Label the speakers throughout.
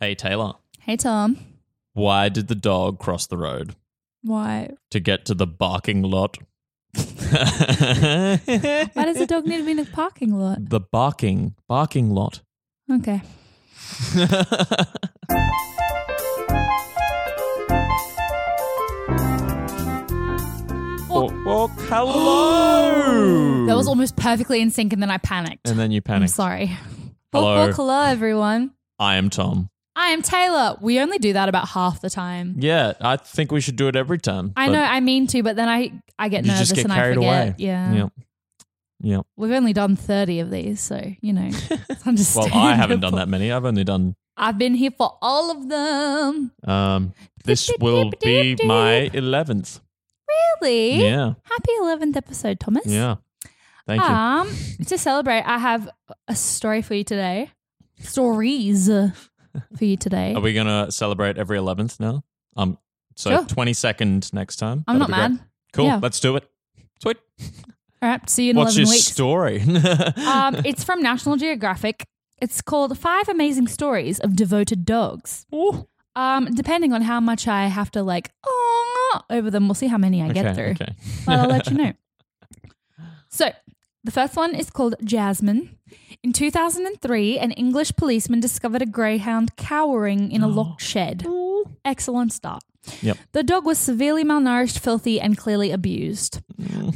Speaker 1: Hey, Taylor,
Speaker 2: Hey, Tom.
Speaker 1: why did the dog cross the road?
Speaker 2: Why?
Speaker 1: To get to the barking lot?
Speaker 2: Why
Speaker 1: the
Speaker 2: does the dog need to be in the parking lot?
Speaker 1: barking, barking lot.
Speaker 2: Okay.
Speaker 1: Walk, walk, hello.
Speaker 2: That was almost perfectly in sync, and then I panicked.
Speaker 1: and then you
Speaker 2: I'm
Speaker 1: panic.
Speaker 2: sorry.
Speaker 1: Hello.
Speaker 2: Hello. Walk, walk, hello, everyone.
Speaker 1: I am Tom.
Speaker 2: I am Taylor. We only do that about half the time.
Speaker 1: Yeah, I think we should do it every time.
Speaker 2: I
Speaker 1: but
Speaker 2: know I mean to, but then I I get
Speaker 1: you
Speaker 2: nervous
Speaker 1: just get
Speaker 2: and I
Speaker 1: carried
Speaker 2: forget.
Speaker 1: away.
Speaker 2: Yeah.
Speaker 1: Yep. Yep.
Speaker 2: We've only done 30 of these, so, you know, it's
Speaker 1: Well,
Speaker 2: understandable.
Speaker 1: I haven't done that many. I've only done.
Speaker 2: I've been here for all of them.
Speaker 1: Um, this will be my eleventh.
Speaker 2: Really?
Speaker 1: Yeah.
Speaker 2: Happy 11th episode, Thomas.
Speaker 1: Yeah. Thank you.
Speaker 2: Um, to celebrate, I have a story for you today. Stories for you today.
Speaker 1: Are we gonna celebrate every eleventh now? Um, so
Speaker 2: Sure.
Speaker 1: twenty second next time.
Speaker 2: I'm
Speaker 1: That'll
Speaker 2: not
Speaker 1: be
Speaker 2: mad.
Speaker 1: great. Cool,
Speaker 2: Yeah.
Speaker 1: let's do it. Sweet.
Speaker 2: All right, see you in
Speaker 1: What's
Speaker 2: 11
Speaker 1: your
Speaker 2: weeks.
Speaker 1: story?
Speaker 2: um, it's from National Geographic. It's called Five Amazing Stories of Devoted Dogs. Um, depending on how much I have to like "Aw," over them, we'll see how many I
Speaker 1: okay,
Speaker 2: get through.
Speaker 1: okay.
Speaker 2: but I'll let you know. So, the first one is called Jasmine. In 2003, an English policeman discovered a greyhound cowering in a locked shed. Excellent start.
Speaker 1: Yep.
Speaker 2: The dog was severely malnourished, filthy, and clearly abused.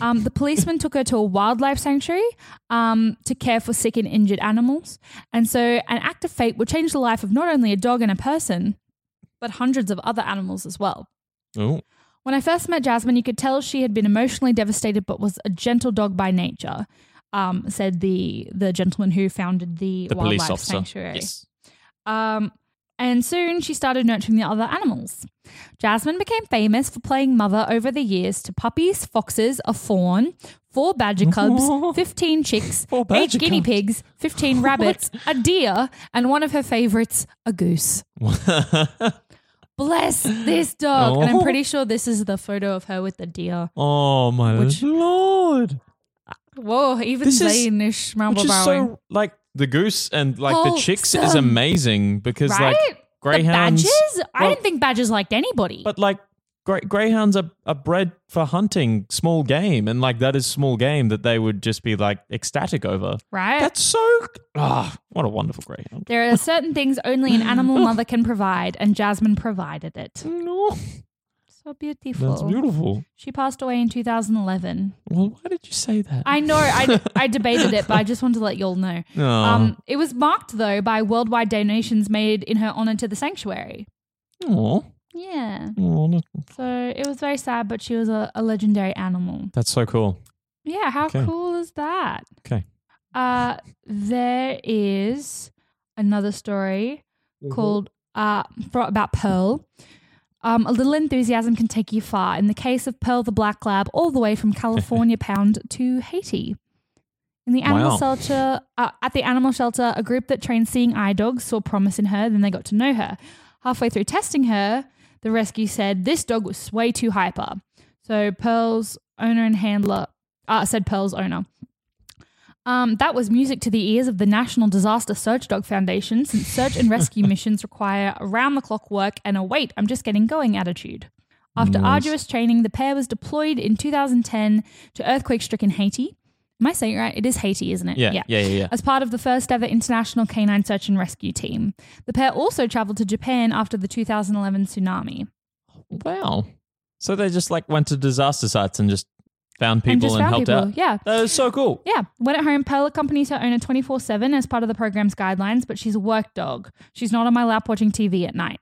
Speaker 2: Um, the policeman took her to a wildlife sanctuary um, to care for sick and injured animals. And so, an act of fate will change the life of not only a dog and a person, but hundreds of other animals as well.
Speaker 1: Ooh.
Speaker 2: When I first met Jasmine, you could tell she had been emotionally devastated, but was a gentle dog by nature. Um, said the the gentleman who founded the,
Speaker 1: The
Speaker 2: wildlife
Speaker 1: police officer.
Speaker 2: sanctuary.
Speaker 1: Yes.
Speaker 2: Um, and soon she started nurturing the other animals. Jasmine became famous for playing mother over the years to puppies, foxes, a fawn, four badger cubs, 15 chicks,
Speaker 1: Four
Speaker 2: eight
Speaker 1: badger
Speaker 2: guinea
Speaker 1: cubs.
Speaker 2: pigs, 15 rabbits, a deer, and one of her favorites, a goose. Bless this dog. And I'm
Speaker 1: Oh.
Speaker 2: pretty sure this is the photo of her with the deer.
Speaker 1: oh my
Speaker 2: Which-
Speaker 1: lord.
Speaker 2: Whoa, even
Speaker 1: This is-
Speaker 2: they nish
Speaker 1: Which
Speaker 2: ramble
Speaker 1: is
Speaker 2: borrowing.
Speaker 1: so like the goose and like the chicks is
Speaker 2: Wholesome.
Speaker 1: amazing because
Speaker 2: right?
Speaker 1: like greyhounds
Speaker 2: the badgers? I
Speaker 1: well,
Speaker 2: didn't think badgers liked anybody.
Speaker 1: But like grey, greyhounds are, are bred for hunting small game, and like that is small game that they would just be like ecstatic over.
Speaker 2: right?
Speaker 1: That's so ah, what a wonderful greyhound.
Speaker 2: There are certain things only an animal mother can provide, and Jasmine provided it.
Speaker 1: No,
Speaker 2: So beautiful.
Speaker 1: that's beautiful.
Speaker 2: She passed away in 2011.
Speaker 1: Well, why did you say that?
Speaker 2: I know, I, I debated it, but I just wanted to let y'all know.
Speaker 1: Aw.
Speaker 2: Um, it was marked, though, by worldwide donations made in her honor to the sanctuary.
Speaker 1: Aw.
Speaker 2: Yeah.
Speaker 1: Aw, that-
Speaker 2: So it was very sad, but she was a, a legendary animal.
Speaker 1: that's so cool.
Speaker 2: Yeah, how
Speaker 1: Okay.
Speaker 2: cool is that?
Speaker 1: Okay.
Speaker 2: Uh, there is another story called uh, for, about Pearl. Um, a little enthusiasm can take you far. In the case of Pearl the Black Lab, all the way from California Pound to Haiti. In the animal
Speaker 1: Wow.
Speaker 2: shelter, uh, at the animal shelter, a group that trained seeing eye dogs saw promise in her. Then they got to know her. Halfway through testing her, the rescue said this dog was way too hyper. So Pearl's owner and handler uh, said Pearl's owner. Um, that was music to the ears of the National Disaster Search Dog Foundation, since search and rescue missions require around the clock work and a wait, I'm just getting going attitude. After arduous training, the pair was deployed in 2010 to earthquake stricken Haiti. Am I saying it right? It is Haiti, isn't it?
Speaker 1: Yeah, yeah, yeah, yeah.
Speaker 2: As part of the first ever international canine search and rescue team. The pair also traveled to Japan after the 2011 tsunami.
Speaker 1: Wow. So they just like went to disaster sites and just found people and,
Speaker 2: And just found
Speaker 1: helped
Speaker 2: people,
Speaker 1: out.
Speaker 2: yeah.
Speaker 1: that is so cool.
Speaker 2: Yeah. When at home, Pearl accompanies her owner 24 7 as part of the program's guidelines, but she's a work dog. She's not on my lap watching TV at night.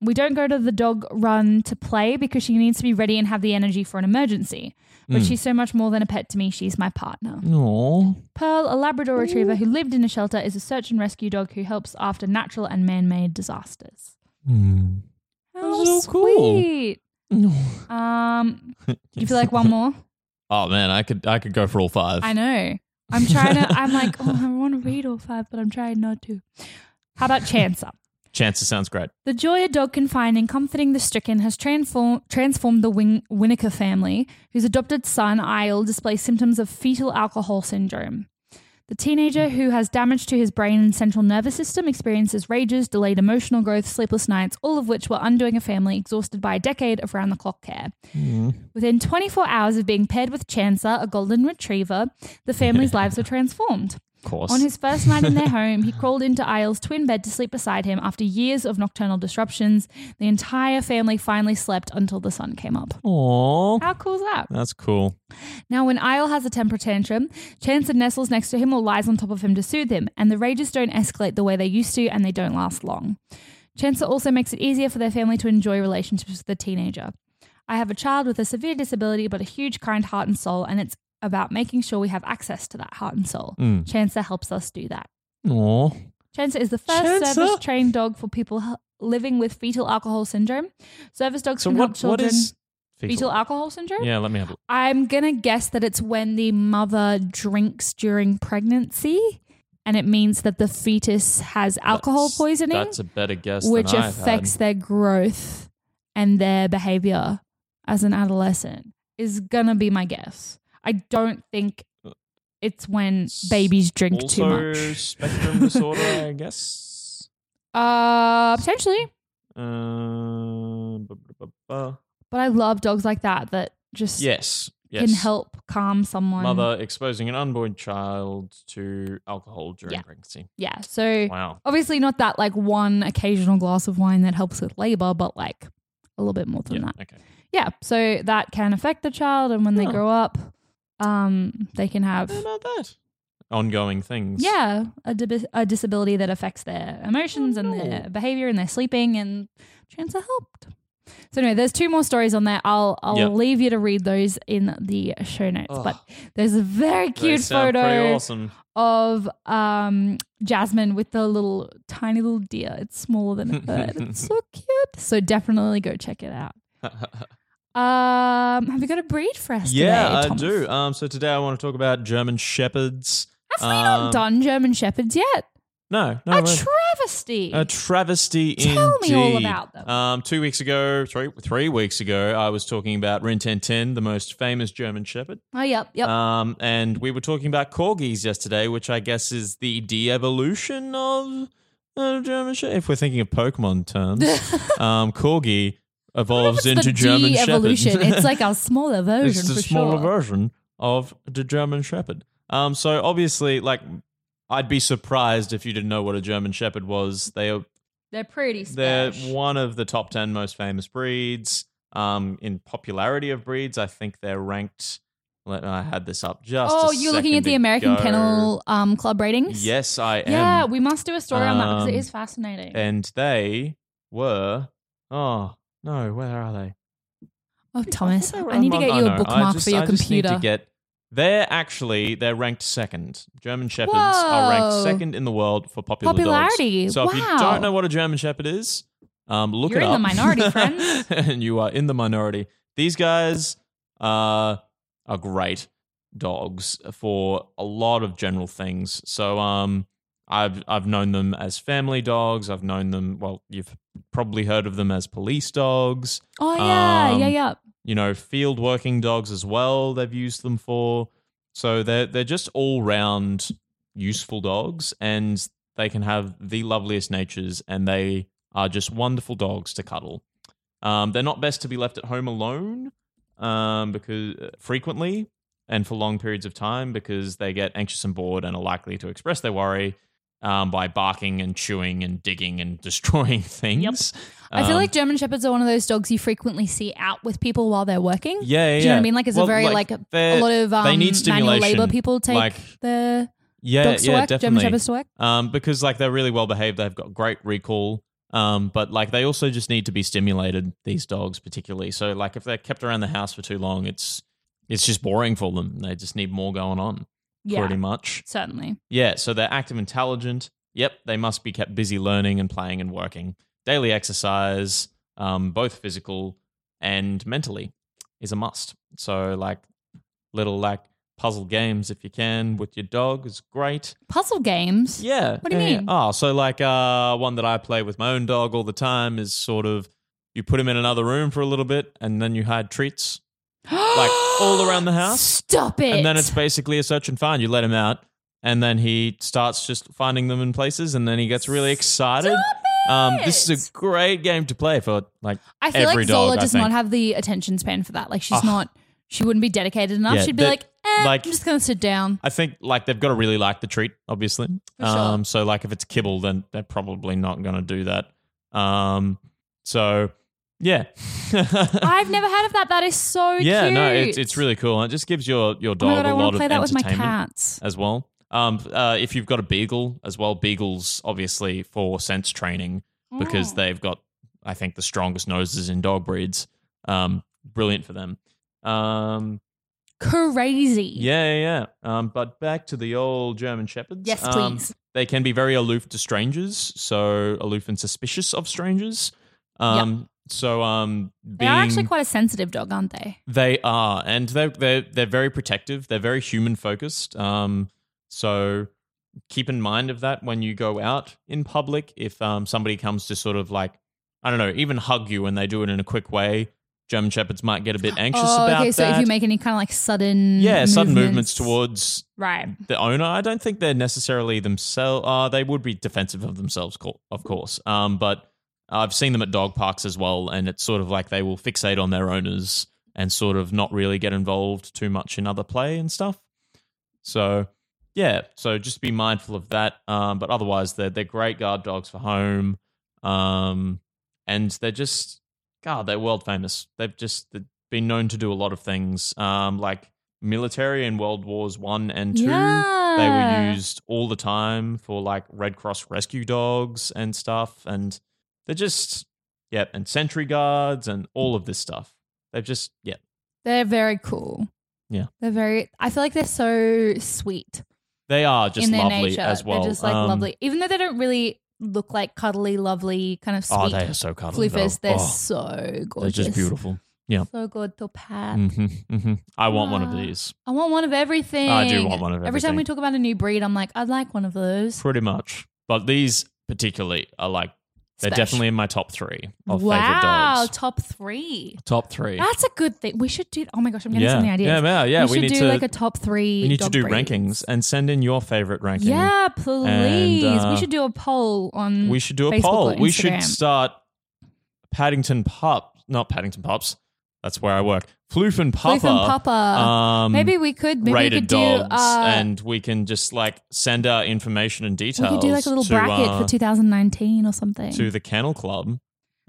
Speaker 2: We don't go to the dog run to play because she needs to be ready and have the energy for an emergency.
Speaker 1: Hmm.
Speaker 2: But she's so much more than a pet to me. She's my partner.
Speaker 1: Aw.
Speaker 2: Pearl, a Labrador retriever who lived in a shelter, is a search and rescue dog who helps after natural and man made disasters.
Speaker 1: Hmm.
Speaker 2: How
Speaker 1: That's so cool.
Speaker 2: sweet. Um, you feel like one more?
Speaker 1: Oh man, I could I could go for all five.
Speaker 2: I know. I'm trying to, I'm like, oh, I want to read all five, but I'm trying not to. How about Chancer?
Speaker 1: Chances sounds great.
Speaker 2: The joy a dog can find in comforting the stricken has transform, transformed the Win- Winnaker family, whose adopted son, Isle, displays symptoms of fetal alcohol syndrome. The teenager who has damage to his brain and central nervous system experiences rages, delayed emotional growth, sleepless nights, all of which were undoing a family exhausted by a decade of round the clock care. Within 24 hours of being paired with Chancer, a golden retriever, the family's lives were transformed.
Speaker 1: Of course.
Speaker 2: On his first night in their home, he crawled into Isle's twin bed to sleep beside him after years of nocturnal disruptions. The entire family finally slept until the sun came up.
Speaker 1: Oh. Aw.
Speaker 2: How cool is that?
Speaker 1: That's cool.
Speaker 2: Now, when Isle has a temper tantrum, Chancer nestles next to him or lies on top of him to soothe him, and the rages don't escalate the way they used to, and they don't last long. Chancer also makes it easier for their family to enjoy relationships with the teenager. I have a child with a severe disability, but a huge kind heart and soul, and it's about making sure we have access to that heart and soul. Chancer helps us do that.
Speaker 1: Aw.
Speaker 2: Chancer is the first
Speaker 1: Chancer?
Speaker 2: service trained dog for people h- living with fetal alcohol syndrome. Service dogs
Speaker 1: So
Speaker 2: can help
Speaker 1: what what
Speaker 2: children.
Speaker 1: is
Speaker 2: fetal, alcohol syndrome?
Speaker 1: Yeah, let me have a
Speaker 2: I'm going to guess that it's when the mother drinks during pregnancy and it means that the fetus has alcohol
Speaker 1: That's-
Speaker 2: poisoning,
Speaker 1: That's a better guess
Speaker 2: which
Speaker 1: than I've
Speaker 2: affects
Speaker 1: had.
Speaker 2: their growth and their behavior as an adolescent, is going to be my guess. I don't think it's when babies drink too
Speaker 1: Uh, also
Speaker 2: much.
Speaker 1: spectrum disorder, I guess.
Speaker 2: Uh, potentially.
Speaker 1: Uh, bu- bu- bu- bu.
Speaker 2: But I love dogs like that that just
Speaker 1: Yes. Yes.
Speaker 2: can help calm someone.
Speaker 1: Mother exposing an unborn child to alcohol during
Speaker 2: Yeah.
Speaker 1: pregnancy.
Speaker 2: Yeah. So
Speaker 1: Wow.
Speaker 2: obviously not that like one occasional glass of wine that helps with labor, but like a little bit more than
Speaker 1: Yeah.
Speaker 2: that.
Speaker 1: Okay.
Speaker 2: Yeah. So that can affect the child and when they
Speaker 1: Yeah.
Speaker 2: grow up, um, they can have
Speaker 1: How about that? Ongoing things.
Speaker 2: yeah, a, di- a disability that affects their emotions and
Speaker 1: Oh,
Speaker 2: their behavior and their sleeping and chance are helped. So anyway, there's two more stories on there. I'll I'll
Speaker 1: Yep.
Speaker 2: leave you to read those in the show notes.
Speaker 1: Oh.
Speaker 2: But there's a very
Speaker 1: They
Speaker 2: cute
Speaker 1: sound
Speaker 2: photo
Speaker 1: Pretty awesome.
Speaker 2: of um Jasmine with the little tiny little deer. It's smaller than a bird. it's so cute. So definitely go check it out. Um, have you got a breed for us?
Speaker 1: yeah,
Speaker 2: today,
Speaker 1: I
Speaker 2: Thomas?
Speaker 1: do. Um, so today I want to talk about German shepherds.
Speaker 2: Have we not
Speaker 1: Um,
Speaker 2: done German shepherds yet?
Speaker 1: No, no.
Speaker 2: A
Speaker 1: we're-
Speaker 2: travesty.
Speaker 1: A travesty
Speaker 2: Tell me all
Speaker 1: indeed.
Speaker 2: about them.
Speaker 1: Um, two weeks ago, three three weeks ago, I was talking about Rin Tin Tin, the most famous German Shepherd.
Speaker 2: oh, yep, yep.
Speaker 1: Um, and we were talking about corgis yesterday, which I guess is the de-evolution of uh, German Shepherd. If we're thinking of Pokemon terms, um, corgi evolves
Speaker 2: It's
Speaker 1: into
Speaker 2: the
Speaker 1: German
Speaker 2: de-evolution.
Speaker 1: Shepherd.
Speaker 2: it's like a smaller version
Speaker 1: It's the
Speaker 2: for
Speaker 1: smaller
Speaker 2: sure.
Speaker 1: version of the German Shepherd. Um, so obviously, like, I'd be surprised if you didn't know what a German Shepherd was. They are
Speaker 2: They're pretty
Speaker 1: they're
Speaker 2: special.
Speaker 1: one of the top 10 most famous breeds. Um, in popularity of breeds, I think they're ranked. Let, I had this up just.
Speaker 2: Oh,
Speaker 1: a
Speaker 2: you're looking at
Speaker 1: second
Speaker 2: the American
Speaker 1: ago.
Speaker 2: Kennel um, Club ratings?
Speaker 1: Yes, I am.
Speaker 2: Yeah, we must do a story on that because it
Speaker 1: Um,
Speaker 2: is fascinating.
Speaker 1: and they were. Oh no, where are they?
Speaker 2: Oh, Thomas,
Speaker 1: thought they were
Speaker 2: I need to
Speaker 1: among-
Speaker 2: get
Speaker 1: oh,
Speaker 2: you
Speaker 1: no,
Speaker 2: a
Speaker 1: I
Speaker 2: bookmark
Speaker 1: just-
Speaker 2: for your
Speaker 1: I just need
Speaker 2: computer.
Speaker 1: to get. They're actually they're ranked second. German shepherds are ranked
Speaker 2: Whoa.
Speaker 1: second in the world for popular dogs.
Speaker 2: Popularity.
Speaker 1: So if you
Speaker 2: Wow.
Speaker 1: don't know what a German shepherd is, um, look
Speaker 2: You're
Speaker 1: it
Speaker 2: in the
Speaker 1: up.
Speaker 2: minority, friends.
Speaker 1: and you are in the minority. These guys uh, are great dogs for a lot of general things. So um, I've I've known them as family dogs. I've known them. Well, you've probably heard of them as police dogs
Speaker 2: oh yeah,
Speaker 1: Um,
Speaker 2: yeah, yeah.
Speaker 1: you know, field working dogs as well. They've used them for, so they're they're just all round useful dogs, and they can have the loveliest natures, and they are just wonderful dogs to cuddle. Um, they're not best to be left at home alone, um, because frequently and for long periods of time because they get anxious and bored and are likely to express their worry. Um, by barking and chewing and digging and destroying things.
Speaker 2: I feel
Speaker 1: Um,
Speaker 2: like German shepherds are one of those dogs you frequently see out with people while they're working.
Speaker 1: Yeah, yeah.
Speaker 2: Do you know what I
Speaker 1: yeah.
Speaker 2: mean? Like, it's a very, like,
Speaker 1: they're-
Speaker 2: A lot of um,
Speaker 1: they need
Speaker 2: manual
Speaker 1: stimulation.
Speaker 2: labor people take
Speaker 1: Like,
Speaker 2: their
Speaker 1: yeah,
Speaker 2: dogs to
Speaker 1: yeah,
Speaker 2: work, German
Speaker 1: definitely.
Speaker 2: shepherds to work.
Speaker 1: Um, because like they're really well behaved, they've got great recall. Um, but like they also just need to be stimulated. These dogs, particularly, so like if they're kept around the house for too long, it's it's just boring for them. They just need more going on,
Speaker 2: Yeah,
Speaker 1: pretty much.
Speaker 2: certainly.
Speaker 1: Yeah, so they're active, intelligent. Yep, they must be kept busy learning and playing and working. Daily exercise, um, both physical and mentally, is a must. So like little like puzzle games if you can with your dog is great.
Speaker 2: Puzzle games.
Speaker 1: Yeah.
Speaker 2: What do you
Speaker 1: yeah, yeah.
Speaker 2: mean?
Speaker 1: Oh, so like uh, one that I play with my own dog all the time is sort of you put him in another room for a little bit and then you hide treats like all around the house.
Speaker 2: Stop it.
Speaker 1: And then it's basically a search and find. You let him out, and then he starts just finding them in places, and then he gets really excited. Um, this is a great game to play for like
Speaker 2: I feel
Speaker 1: every
Speaker 2: like Zola
Speaker 1: dog. I
Speaker 2: does
Speaker 1: think.
Speaker 2: not have the attention span for that. Like she's
Speaker 1: Ah.
Speaker 2: not, she wouldn't be dedicated enough.
Speaker 1: Yeah,
Speaker 2: She'd be
Speaker 1: that-
Speaker 2: like, eh,
Speaker 1: like-
Speaker 2: I'm just gonna sit down.
Speaker 1: I think like they've got to really like the treat, obviously.
Speaker 2: For sure.
Speaker 1: Um, so like if it's kibble, then they're probably not going to do that. Um, so yeah,
Speaker 2: I've never heard of that. That is so
Speaker 1: yeah,
Speaker 2: cute.
Speaker 1: no, it's it's really cool. And it just gives your your
Speaker 2: Oh
Speaker 1: dog
Speaker 2: my god,
Speaker 1: a
Speaker 2: I
Speaker 1: lot
Speaker 2: want to play
Speaker 1: of
Speaker 2: that with my
Speaker 1: entertainment.
Speaker 2: cats.
Speaker 1: as well. Um, uh, if you've got a beagle as well, beagles obviously for sense training
Speaker 2: Mm.
Speaker 1: because they've got, I think, the strongest noses in dog breeds. Um, brilliant for them. Um,
Speaker 2: Crazy.
Speaker 1: yeah, yeah, yeah. Um, but back to the old German shepherds.
Speaker 2: Yes,
Speaker 1: Um,
Speaker 2: please.
Speaker 1: they can be very aloof to strangers, so aloof and suspicious of strangers. Um, so um,
Speaker 2: They are
Speaker 1: being-
Speaker 2: actually quite a sensitive dog, aren't they?
Speaker 1: they are, and they're they're they're very protective. They're very human focused. Um, so keep in mind of that when you go out in public. If um somebody comes to sort of like I don't know, even hug you, and they do it in a quick way, German shepherds might get a bit anxious
Speaker 2: oh,
Speaker 1: about
Speaker 2: okay. So
Speaker 1: that.
Speaker 2: if you make any kind of like sudden,
Speaker 1: yeah, sudden movements towards
Speaker 2: right.
Speaker 1: the owner. I don't think they're necessarily themselves. Uh, they would be defensive of themselves, co- of course. Um, but I've seen them at dog parks as well, and it's sort of like they will fixate on their owners and sort of not really get involved too much in other play and stuff. So yeah, so just be mindful of that. Um, but otherwise, they're they're great guard dogs for home. Um, and they're just God, they're world famous. They've just been known to do a lot of things, um, like military in World Wars One and Two. They were
Speaker 2: Yeah.
Speaker 1: used all the time for like Red Cross rescue dogs and stuff, and they're just yeah, and sentry guards and all of this stuff. They've just yeah,
Speaker 2: They're very cool.
Speaker 1: Yeah.
Speaker 2: They're very. I feel like they're so sweet
Speaker 1: they are just
Speaker 2: in their
Speaker 1: lovely
Speaker 2: nature.
Speaker 1: as well.
Speaker 2: They're just like
Speaker 1: Um,
Speaker 2: lovely, even though they don't really look like cuddly, lovely kind of sweet
Speaker 1: Oh, they are so cuddly. though.
Speaker 2: floofers. They're
Speaker 1: Oh,
Speaker 2: so
Speaker 1: they're
Speaker 2: gorgeous.
Speaker 1: just beautiful. Yeah.
Speaker 2: So good to pat.
Speaker 1: hmm hmm I want one of
Speaker 2: Ah.
Speaker 1: these.
Speaker 2: I want one of everything.
Speaker 1: I do want one of
Speaker 2: Every time
Speaker 1: everything.
Speaker 2: we talk about a new breed, I'm like, I'd like one of those.
Speaker 1: Pretty much. But these particularly are like they're
Speaker 2: Special.
Speaker 1: definitely in my top three of favorite
Speaker 2: wow,
Speaker 1: dogs.
Speaker 2: top three.
Speaker 1: Top three.
Speaker 2: That's a good thing. We should do. Oh my gosh, I'm getting
Speaker 1: yeah.
Speaker 2: so many ideas.
Speaker 1: yeah, yeah, yeah.
Speaker 2: we,
Speaker 1: We,
Speaker 2: should
Speaker 1: need
Speaker 2: do
Speaker 1: to
Speaker 2: like a top three.
Speaker 1: we need to
Speaker 2: dog
Speaker 1: do
Speaker 2: breeds.
Speaker 1: rankings and send in your favorite ranking.
Speaker 2: Yeah, please.
Speaker 1: uh,
Speaker 2: we should do a poll on.
Speaker 1: We should do a
Speaker 2: Facebook
Speaker 1: poll.
Speaker 2: or
Speaker 1: We should
Speaker 2: Instagram.
Speaker 1: start Paddington Pup, not Paddington Pups. That's where I work. Floof and Papa.
Speaker 2: Cliff and Papa.
Speaker 1: Um,
Speaker 2: maybe we could. Maybe we
Speaker 1: rated
Speaker 2: could
Speaker 1: dogs,
Speaker 2: do. Uh,
Speaker 1: and we can just like send our information and
Speaker 2: we
Speaker 1: details.
Speaker 2: could do like a little
Speaker 1: to,
Speaker 2: bracket
Speaker 1: uh,
Speaker 2: for 2019 or something.
Speaker 1: to the Kennel Club,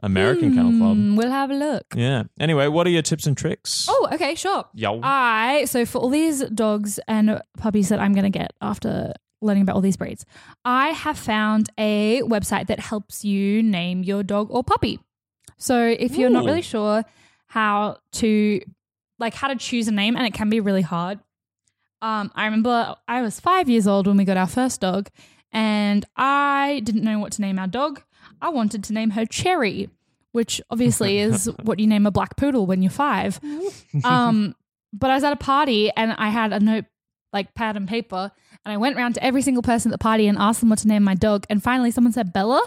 Speaker 1: American Kennel Club.
Speaker 2: Hmm, We'll have a look.
Speaker 1: Yeah. Anyway, what are your tips and tricks?
Speaker 2: Oh, okay, sure.
Speaker 1: yo.
Speaker 2: I so for all these dogs and puppies that I'm gonna get after learning about all these breeds, I have found a website that helps you name your dog or puppy. So if you're not
Speaker 1: Ooh.
Speaker 2: really sure how to like how to choose a name, and it can be really hard. Um, I remember I was five years old when we got our first dog, and I didn't know what to name our dog. I wanted to name her Cherry, which obviously is what you name a black poodle when you're five. Um, but I was at a party and I had a note, like pad and paper, and I went round to every single person at the party and asked them what to name my dog. And finally, someone said Bella,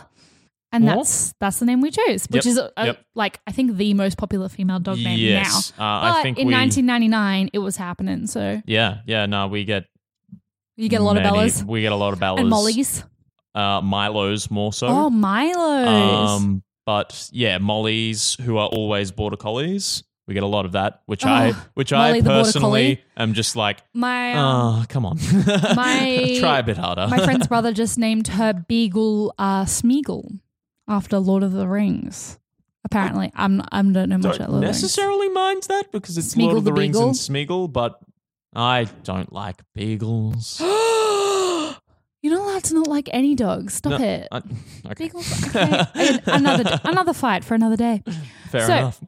Speaker 2: and
Speaker 1: Aw.
Speaker 2: that's that's the name we chose, which
Speaker 1: Yep,
Speaker 2: is a, a-
Speaker 1: yep.
Speaker 2: like I think the most popular female dog name now.
Speaker 1: yes. Uh,
Speaker 2: But
Speaker 1: I think
Speaker 2: in
Speaker 1: we.
Speaker 2: 1999, it was happening. So
Speaker 1: yeah. Yeah. No, we get.
Speaker 2: you get a lot of
Speaker 1: many-
Speaker 2: Bellas
Speaker 1: We get a lot of Bellas.
Speaker 2: and Mollies.
Speaker 1: Uh, Milos more so.
Speaker 2: Oh, Milo's.
Speaker 1: Um, but yeah, Mollies who are always border collies. We get a lot of that, which
Speaker 2: Oh,
Speaker 1: I which
Speaker 2: Molly
Speaker 1: I
Speaker 2: the border
Speaker 1: personally
Speaker 2: collie.
Speaker 1: am just like,
Speaker 2: my um,
Speaker 1: oh, come on,
Speaker 2: My-
Speaker 1: try a bit harder.
Speaker 2: my friend's brother just named her Beagle uh, Smeagol after Lord of the Rings. Apparently, I'm I don't know much about
Speaker 1: don't
Speaker 2: Lord of
Speaker 1: necessarily mind that because it's
Speaker 2: Smeagol
Speaker 1: Lord of
Speaker 2: the
Speaker 1: the, Rings and
Speaker 2: Beagle.
Speaker 1: Smeagol, but I don't like beagles.
Speaker 2: the Rings. You're not allowed to not like any dog. Stop
Speaker 1: No,
Speaker 2: it.
Speaker 1: I- okay.
Speaker 2: Big ol' okay. Again, another another fight for another day.
Speaker 1: Fair
Speaker 2: So-
Speaker 1: enough.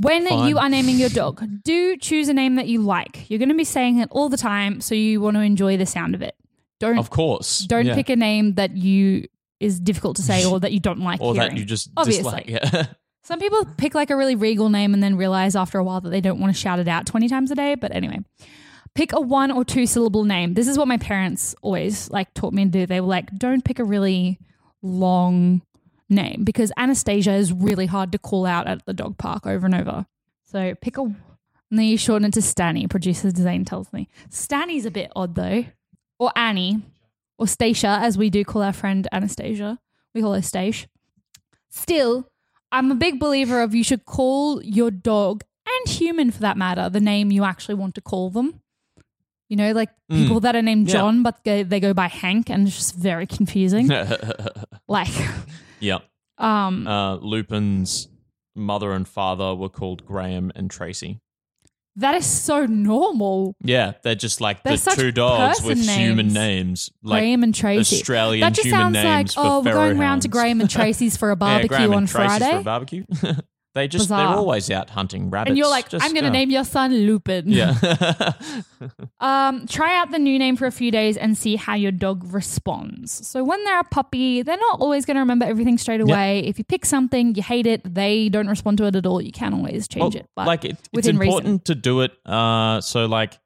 Speaker 2: When
Speaker 1: Fine.
Speaker 2: you are naming your dog, do choose a name that you like. You're going to be saying it all the time, so you want to enjoy the sound of it. Don't
Speaker 1: Of course.
Speaker 2: mm, don't
Speaker 1: Yeah.
Speaker 2: pick a name that you is difficult to say or that you don't like
Speaker 1: or
Speaker 2: hearing.
Speaker 1: that you just
Speaker 2: Obviously.
Speaker 1: dislike. Yeah.
Speaker 2: Some people pick like a really regal name and then realize after a while that they don't want to shout it out 20 times a day. But anyway, pick a one or two syllable name. This is what my parents always like taught me to do. They were like, don't pick a really long name because Anastasia is really hard to call out at the dog park over and over. So pick a, and then you shorten it to Stanny, producer Zane tells me. Stanny's a bit odd though, or Annie, or Stacia, as we do call our friend Anastasia. We call her Stache. Still, I'm a big believer of you should call your dog and human for that matter the name you actually want to call them. You know, like
Speaker 1: Mm.
Speaker 2: people that are named
Speaker 1: Yeah.
Speaker 2: John but they, they go by Hank and it's just very confusing. like,
Speaker 1: yeah.
Speaker 2: um,
Speaker 1: Uh, Lupin's mother and father were called Graham and Tracy.
Speaker 2: that is so normal.
Speaker 1: Yeah, they're just like
Speaker 2: They're
Speaker 1: the
Speaker 2: such
Speaker 1: two dogs
Speaker 2: person
Speaker 1: with human
Speaker 2: names.
Speaker 1: names, like
Speaker 2: Graham and Tracy.
Speaker 1: Australian
Speaker 2: that just
Speaker 1: human
Speaker 2: sounds like,
Speaker 1: names for
Speaker 2: oh, we're
Speaker 1: Pharaoh
Speaker 2: going round to
Speaker 1: hounds.
Speaker 2: Graham and Tracy's for
Speaker 1: Yeah,
Speaker 2: a barbecue
Speaker 1: Graham and
Speaker 2: on
Speaker 1: Tracy's
Speaker 2: Friday.
Speaker 1: for a barbecue. they just
Speaker 2: Bizarre.
Speaker 1: they're always out hunting rabbits.
Speaker 2: and you're like,
Speaker 1: Just,
Speaker 2: I'm going to
Speaker 1: yeah.
Speaker 2: name your son Lupin.
Speaker 1: Yeah.
Speaker 2: Um, try out the new name for a few days and see how your dog responds. So when they're a puppy, they're not always going to remember everything straight away. If you pick something, you hate it, they don't respond to it at all. You can always
Speaker 1: Well,
Speaker 2: change it, but
Speaker 1: like it, it's
Speaker 2: within reason.
Speaker 1: important to do it. Uh, so like,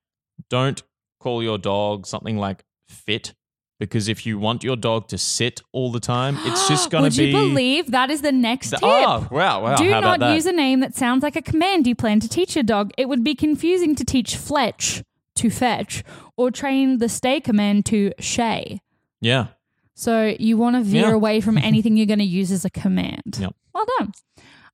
Speaker 1: don't call your dog something like fit, because if you want your dog to sit all the time, it's just going
Speaker 2: Would
Speaker 1: to be.
Speaker 2: you believe that is the next
Speaker 1: the-
Speaker 2: tip?
Speaker 1: oh wow! Wow!
Speaker 2: Do
Speaker 1: how about
Speaker 2: not
Speaker 1: that?
Speaker 2: use a name that sounds like a command you plan to teach your dog. It would be confusing to teach Fletch to fetch or train the stay command to shay.
Speaker 1: yeah.
Speaker 2: So you want to veer
Speaker 1: Yeah.
Speaker 2: away from anything you're going to use as a command.
Speaker 1: Yep.
Speaker 2: Well done.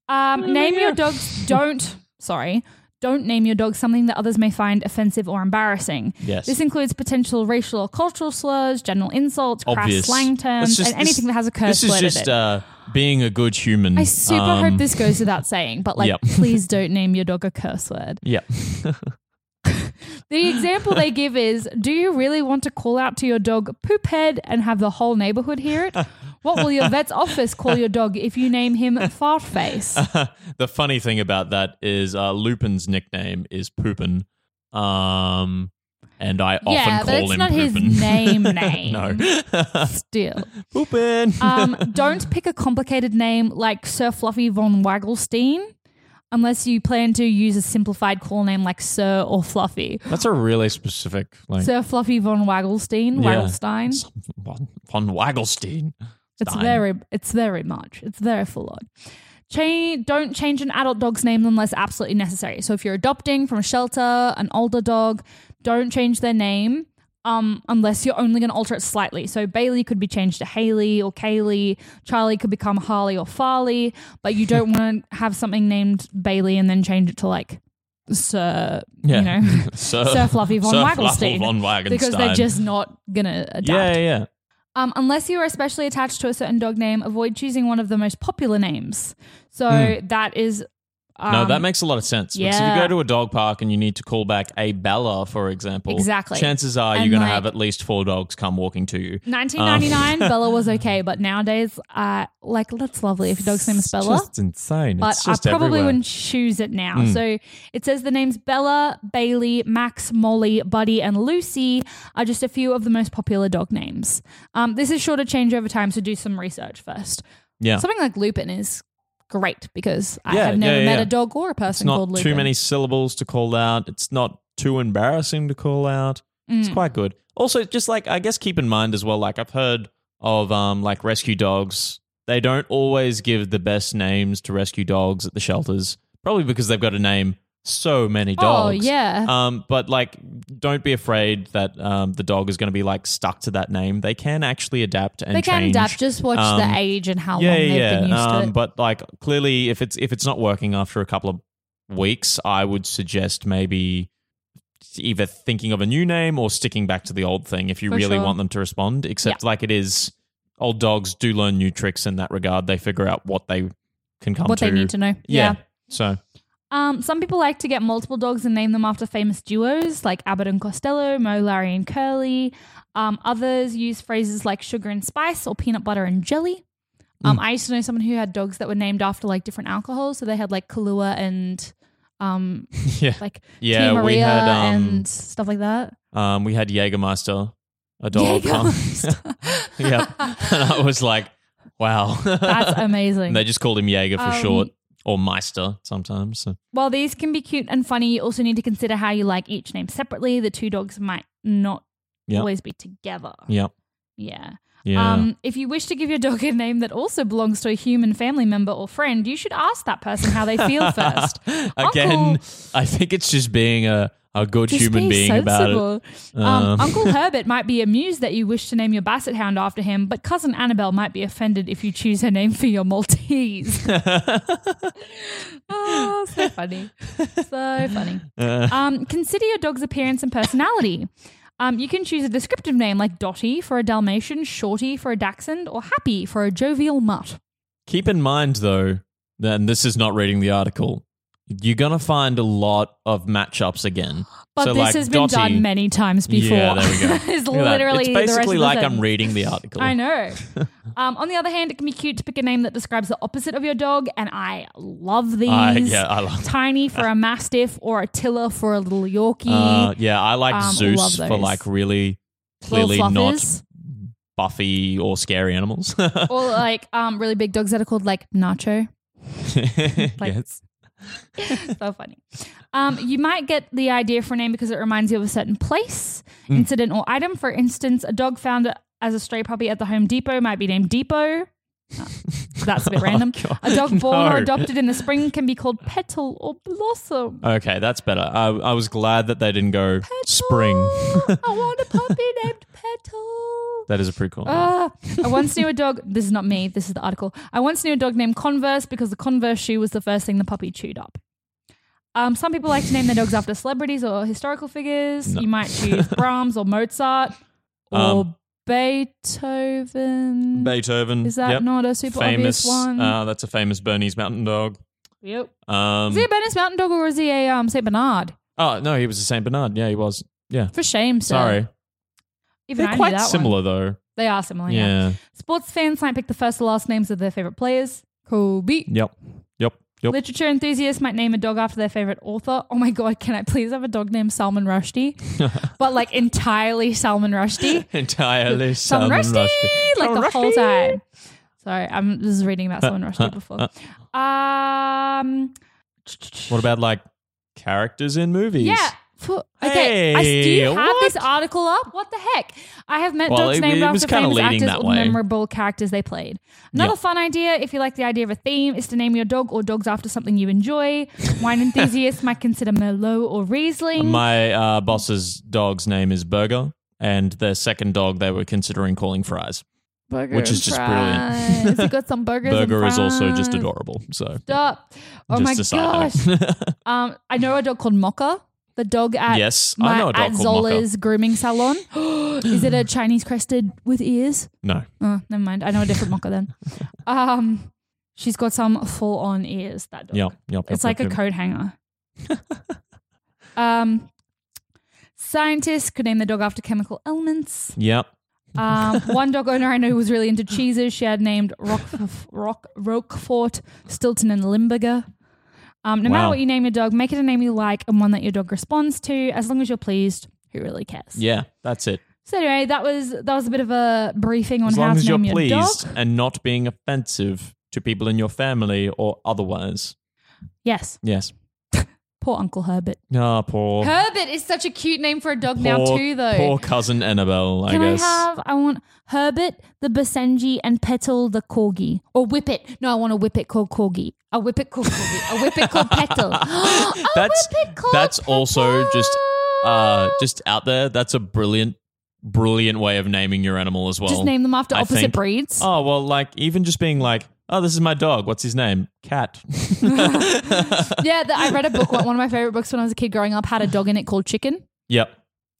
Speaker 2: Um, name your dogs. Don't sorry. Don't name your dog something that others may find offensive or embarrassing.
Speaker 1: Yes.
Speaker 2: This includes potential racial or cultural slurs, general insults,
Speaker 1: Obvious
Speaker 2: crass slang
Speaker 1: That's
Speaker 2: terms,
Speaker 1: just-
Speaker 2: and anything
Speaker 1: this-
Speaker 2: that has a curse
Speaker 1: This is
Speaker 2: word
Speaker 1: just
Speaker 2: in it.
Speaker 1: uh, being a good human.
Speaker 2: I super
Speaker 1: Um,
Speaker 2: hope this goes without saying, but like,
Speaker 1: Yep.
Speaker 2: please don't name your dog a curse word.
Speaker 1: Yeah.
Speaker 2: The example they give is Do you really want to call out to your dog poop head and have the whole neighborhood hear it? What will your vet's office call your dog if you name him fart face?
Speaker 1: the funny thing about that is uh, Lupin's nickname is Poopin. Um, and I
Speaker 2: Yeah,
Speaker 1: often
Speaker 2: but
Speaker 1: call
Speaker 2: it's
Speaker 1: him
Speaker 2: not his
Speaker 1: Poopin.
Speaker 2: name name.
Speaker 1: no.
Speaker 2: Still.
Speaker 1: Poopin.
Speaker 2: Um, don't pick a complicated name like Sir Fluffy von Wagglestein unless you plan to use a simplified call name like Sir or Fluffy.
Speaker 1: That's a really specific like
Speaker 2: Sir Fluffy von Wagglestein,
Speaker 1: Yeah.
Speaker 2: Wagglestein.
Speaker 1: von, von Wagglestein.
Speaker 2: It's
Speaker 1: Stein.
Speaker 2: very, it's very much, it's very full on. Change, don't change an adult dog's name unless absolutely necessary. So if you're adopting from a shelter an older dog, don't change their name um, unless you're only going to alter it slightly. So Bailey could be changed to Haley or Kaylee. Charlie could become Harley or Farley, but you don't want to have something named Bailey and then change it to like Sir,
Speaker 1: Yeah.
Speaker 2: you know,
Speaker 1: Sir,
Speaker 2: Sir Fluffy von
Speaker 1: Sir Fluffy
Speaker 2: Wagglestein.
Speaker 1: von Wagenstein.
Speaker 2: because they're just not going to adapt.
Speaker 1: yeah, yeah.
Speaker 2: Um, unless you are especially attached to a certain dog name, avoid choosing one of the most popular names. So
Speaker 1: Hmm.
Speaker 2: that is. Um,
Speaker 1: no, that makes a lot of sense. Because if
Speaker 2: yeah.
Speaker 1: you go to a dog park and you need to call back a Bella, for example,
Speaker 2: Exactly.
Speaker 1: chances are
Speaker 2: And,
Speaker 1: you're going
Speaker 2: like-
Speaker 1: to have at least four dogs come walking to you. Um.
Speaker 2: 1999, Bella was okay, but nowadays, uh, like, that's lovely if your dog's name is Bella.
Speaker 1: insane.
Speaker 2: but I probably wouldn't choose it now.
Speaker 1: Hmm.
Speaker 2: So it says the names Bella, Bailey, Max, Molly, Buddy, and Lucy are just a few of the most popular dog names. Um, this is sure to change over time, so do some research first.
Speaker 1: Yeah.
Speaker 2: Something like Lupin is great because I
Speaker 1: Yeah,
Speaker 2: have never
Speaker 1: yeah,
Speaker 2: met
Speaker 1: yeah.
Speaker 2: a dog or a person
Speaker 1: It's not
Speaker 2: called Lupin.
Speaker 1: too many syllables to call out. It's not too embarrassing to call out. It's
Speaker 2: Mm.
Speaker 1: quite good. Also, just like I guess keep in mind as well, like I've heard of um like rescue dogs. They don't always give the best names to rescue dogs at the shelters, probably because they've got to name so many
Speaker 2: Oh,
Speaker 1: dogs.
Speaker 2: yeah.
Speaker 1: Um, but like, don't be afraid that um the dog is going to be like stuck to that name. They can actually adapt and
Speaker 2: They can
Speaker 1: change.
Speaker 2: adapt. Just watch
Speaker 1: Um,
Speaker 2: the age and how long they've been used to it.
Speaker 1: But like clearly, if it's if it's not working after a couple of weeks, I would suggest maybe either thinking of a new name or sticking back to the old thing if you
Speaker 2: For
Speaker 1: really
Speaker 2: sure.
Speaker 1: want them to respond. Except like it is, old dogs do learn new tricks in that regard. They figure out what they can come
Speaker 2: What
Speaker 1: to.
Speaker 2: they need to know.
Speaker 1: Yeah.
Speaker 2: Yeah.
Speaker 1: So
Speaker 2: Um, some people like to get multiple dogs and name them after famous duos like Abbott and Costello, Mo, Larry, and Curly. Um, others use phrases like sugar and spice or peanut butter and jelly. Um,
Speaker 1: Mm.
Speaker 2: I used to know someone who had dogs that were named after like different alcohols. So they had like Kahlua and um,
Speaker 1: yeah.
Speaker 2: like
Speaker 1: Yeah,
Speaker 2: Tia Maria
Speaker 1: we had um,
Speaker 2: and stuff like that.
Speaker 1: um we had Jägermeister, a dog. um, yeah. And I was like, wow.
Speaker 2: That's amazing.
Speaker 1: And they just called him Jaeger for
Speaker 2: Um,
Speaker 1: short or Meister sometimes. So.
Speaker 2: While these can be cute and funny, you also need to consider how you like each name separately. The two dogs might not
Speaker 1: Yeah.
Speaker 2: always be together.
Speaker 1: Yeah.
Speaker 2: Yeah.
Speaker 1: Yeah.
Speaker 2: Um, if you wish to give your dog a name that also belongs to a human family member or friend, you should ask that person how they feel first.
Speaker 1: Again,
Speaker 2: Uncle-
Speaker 1: I think it's just being a, a good
Speaker 2: Just
Speaker 1: human
Speaker 2: be
Speaker 1: being about
Speaker 2: sensible.
Speaker 1: it. Uh,
Speaker 2: Um, Uncle Herbert might be amused that you wish to name your basset hound after him, but cousin Annabelle might be offended if you choose her name for your Maltese. oh, so funny. So funny.
Speaker 1: Uh.
Speaker 2: Um, consider your dog's appearance and personality. Um, you can choose a descriptive name like Dotty for a Dalmatian, Shorty for a Dachshund, or Happy for a jovial mutt.
Speaker 1: Keep in mind, though, and this is not reading the article, you're going to find a lot of matchups again.
Speaker 2: But
Speaker 1: So,
Speaker 2: this
Speaker 1: like,
Speaker 2: has been
Speaker 1: Dottie-
Speaker 2: done many times before.
Speaker 1: Yeah, there we go.
Speaker 2: it's
Speaker 1: Look at that.
Speaker 2: literally
Speaker 1: it's
Speaker 2: the rest of
Speaker 1: basically
Speaker 2: the
Speaker 1: like
Speaker 2: sentence.
Speaker 1: I'm reading the article.
Speaker 2: I know. um, on the other hand, it can be cute to pick a name that describes the opposite of your dog, and I love these.
Speaker 1: I- yeah, I love-
Speaker 2: Tiny for a mastiff or Attila for a little Yorkie.
Speaker 1: Uh, yeah, I like
Speaker 2: Um, love
Speaker 1: Zeus for
Speaker 2: those.
Speaker 1: like really clearly not
Speaker 2: fluffers.
Speaker 1: buffy or scary animals.
Speaker 2: or like um, really big dogs that are called like Nacho.
Speaker 1: yes.
Speaker 2: so funny. Um, you might get the idea for a name because it reminds you of a certain place,
Speaker 1: Hmm.
Speaker 2: incident, or item. For instance, a dog found as a stray puppy at the Home Depot might be named Depot. Uh, That's a bit random.
Speaker 1: Oh, God.
Speaker 2: a dog born
Speaker 1: No.
Speaker 2: or adopted in the spring can be called petal or blossom.
Speaker 1: Okay, that's better. I, I was glad that they didn't go spring.
Speaker 2: Petal. Oh, I want a puppy named Petal.
Speaker 1: That is a pretty cool. name.
Speaker 2: Ah, I once knew a dog. This is not me. This is the article. I once knew a dog named Converse because the Converse shoe was the first thing the puppy chewed up. Um, some people like to name their dogs after celebrities or historical figures. You might choose Brahms or Mozart or
Speaker 1: Um,
Speaker 2: Beethoven.
Speaker 1: Beethoven.
Speaker 2: Is that
Speaker 1: yep.
Speaker 2: not a super
Speaker 1: famous?
Speaker 2: obvious one?
Speaker 1: Uh, that's a famous Bernese Mountain Dog.
Speaker 2: yep.
Speaker 1: Um,
Speaker 2: Is he a Venice Mountain Dog or is he a um, Saint Bernard?
Speaker 1: oh no, he was a Saint Bernard. Yeah, he was. Yeah.
Speaker 2: For shame, sir.
Speaker 1: Sorry,
Speaker 2: Even I
Speaker 1: they're
Speaker 2: knew
Speaker 1: quite
Speaker 2: that one.
Speaker 1: similar though.
Speaker 2: They are similar. Yeah.
Speaker 1: Yeah.
Speaker 2: Sports fans might pick the first or last names of their favorite players. Kobe.
Speaker 1: Yep. Yep. Yep.
Speaker 2: Literature enthusiasts might name a dog after their favorite author. Oh my god, can I please have a dog named Salman Rushdie? but like entirely Salman Rushdie.
Speaker 1: Entirely
Speaker 2: Salman,
Speaker 1: Salman
Speaker 2: Rushdie,
Speaker 1: Rushdie.
Speaker 2: like the
Speaker 1: Salman
Speaker 2: whole
Speaker 1: Rushdie.
Speaker 2: time. Sorry, I'm just reading about Salman Rushdie before. Um,
Speaker 1: What about like characters in movies?
Speaker 2: yeah. for- Okay, I, do you
Speaker 1: Hey,
Speaker 2: have this article up? What the heck? I have met
Speaker 1: Well,
Speaker 2: dogs
Speaker 1: it-
Speaker 2: named
Speaker 1: it was
Speaker 2: after
Speaker 1: kinda
Speaker 2: famous
Speaker 1: leading
Speaker 2: actors
Speaker 1: that
Speaker 2: or
Speaker 1: way.
Speaker 2: memorable characters they played.
Speaker 1: Yeah.
Speaker 2: Another fun idea, if you like the idea of a theme, is to name your dog or dogs after something you enjoy. Wine enthusiasts might consider Merlot or Riesling.
Speaker 1: My uh, boss's dog's name is Burger, and their second dog they were considering calling Fries.
Speaker 2: Burger
Speaker 1: which
Speaker 2: and
Speaker 1: is just brilliant.
Speaker 2: fries. Has he Uh, got some burgers. and
Speaker 1: Burger is also just
Speaker 2: fries?
Speaker 1: adorable. So
Speaker 2: Stop. Oh
Speaker 1: just
Speaker 2: my
Speaker 1: a side
Speaker 2: gosh.
Speaker 1: note.
Speaker 2: um, I know a dog called Mocha. The dog at
Speaker 1: Yes, I
Speaker 2: my,
Speaker 1: know a dog
Speaker 2: at
Speaker 1: called Mocha.
Speaker 2: Zola's grooming salon. is it a Chinese crested with ears?
Speaker 1: no.
Speaker 2: Oh, never mind. I know a different Mocha then. Um, she's got some full on ears. That dog.
Speaker 1: Yep. Yep.
Speaker 2: It's
Speaker 1: yep,
Speaker 2: like a
Speaker 1: yep, yep.
Speaker 2: coat hanger. um, scientists could name the dog after chemical elements.
Speaker 1: Yep.
Speaker 2: Um, one dog owner I know who was really into cheeses. She had named Rock, Rock, Roquefort, Stilton, and Limburger. Um, no
Speaker 1: Wow.
Speaker 2: matter what you name your dog, make it a name you like and one that your dog responds to. As long as you're pleased, who really cares?
Speaker 1: Yeah. That's it.
Speaker 2: So anyway, that was that was a bit of a briefing on
Speaker 1: As
Speaker 2: how
Speaker 1: long
Speaker 2: to
Speaker 1: as you're
Speaker 2: name your
Speaker 1: pleased
Speaker 2: dog.
Speaker 1: and not being offensive to people in your family or otherwise.
Speaker 2: Yes,
Speaker 1: Yes.
Speaker 2: poor Uncle Herbert.
Speaker 1: Ah, poor.
Speaker 2: Herbert is such a cute name for a dog
Speaker 1: poor,
Speaker 2: now too, though.
Speaker 1: Poor cousin Annabelle.
Speaker 2: Can
Speaker 1: I
Speaker 2: I,
Speaker 1: guess.
Speaker 2: have? I want Herbert the Basenji and Petal the Corgi, or Whippet. No, I want a Whippet called Corgi. A Whippet called Corgi. A Whippet called Petal. A
Speaker 1: that's
Speaker 2: Whippet called
Speaker 1: that's also
Speaker 2: Petal.
Speaker 1: just uh just out there. That's a brilliant, brilliant way of naming your animal as well.
Speaker 2: just name them after
Speaker 1: I
Speaker 2: opposite
Speaker 1: think-
Speaker 2: breeds.
Speaker 1: Oh well, like even just being like, oh, this is my dog. What's his name? Cat.
Speaker 2: yeah, the, I read a book. One one of my favorite books when I was a kid growing up had a dog in it called Chicken
Speaker 1: yep.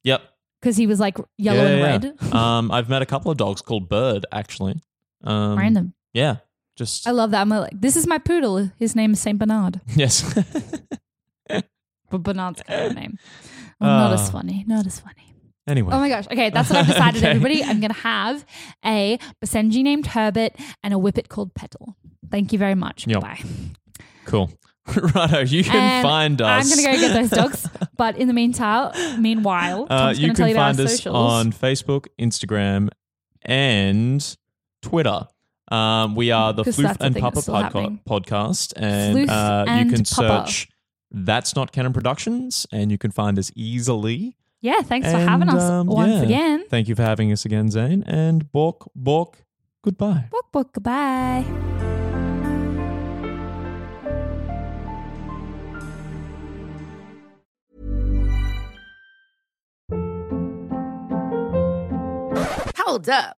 Speaker 1: Yep.
Speaker 2: because he was like yellow
Speaker 1: Yeah,
Speaker 2: and
Speaker 1: yeah,
Speaker 2: red.
Speaker 1: yeah. um, I've met a couple of dogs called Bird actually. Um,
Speaker 2: Random.
Speaker 1: Yeah. Just
Speaker 2: I love that. I'm like, this is my poodle. His name is Saint Bernard,
Speaker 1: yes.
Speaker 2: but Bernard's kind of name. Not
Speaker 1: Ah.
Speaker 2: as funny. Not as funny.
Speaker 1: Anyway.
Speaker 2: Oh my gosh. Okay, that's what I've decided,
Speaker 1: Okay.
Speaker 2: everybody. I'm going to have a Basenji named Herbert and a whippet called Petal. Thank you very much.
Speaker 1: Yep.
Speaker 2: Bye.
Speaker 1: Cool. Righto, you can
Speaker 2: And
Speaker 1: find us.
Speaker 2: I'm going to go get those dogs. But in the meantime, meanwhile,
Speaker 1: Uh,
Speaker 2: Tom's
Speaker 1: you
Speaker 2: going to tell
Speaker 1: can
Speaker 2: you about
Speaker 1: find
Speaker 2: our
Speaker 1: us
Speaker 2: socials.
Speaker 1: on Facebook, Instagram, and Twitter. Um, we are the
Speaker 2: 'Cause
Speaker 1: Floof
Speaker 2: that's a
Speaker 1: and
Speaker 2: thing
Speaker 1: Papa
Speaker 2: that's still
Speaker 1: podca-
Speaker 2: happening.
Speaker 1: podcast, and,
Speaker 2: Floof
Speaker 1: uh,
Speaker 2: and
Speaker 1: you can
Speaker 2: Papa.
Speaker 1: search "That's Not Canon Productions" and you can find us easily.
Speaker 2: Yeah, thanks for having
Speaker 1: And,
Speaker 2: us
Speaker 1: um,
Speaker 2: once
Speaker 1: yeah.
Speaker 2: again.
Speaker 1: Thank you for having us again, Zane. And Bork, Bork, goodbye.
Speaker 2: Book, book, goodbye.
Speaker 3: Hold up.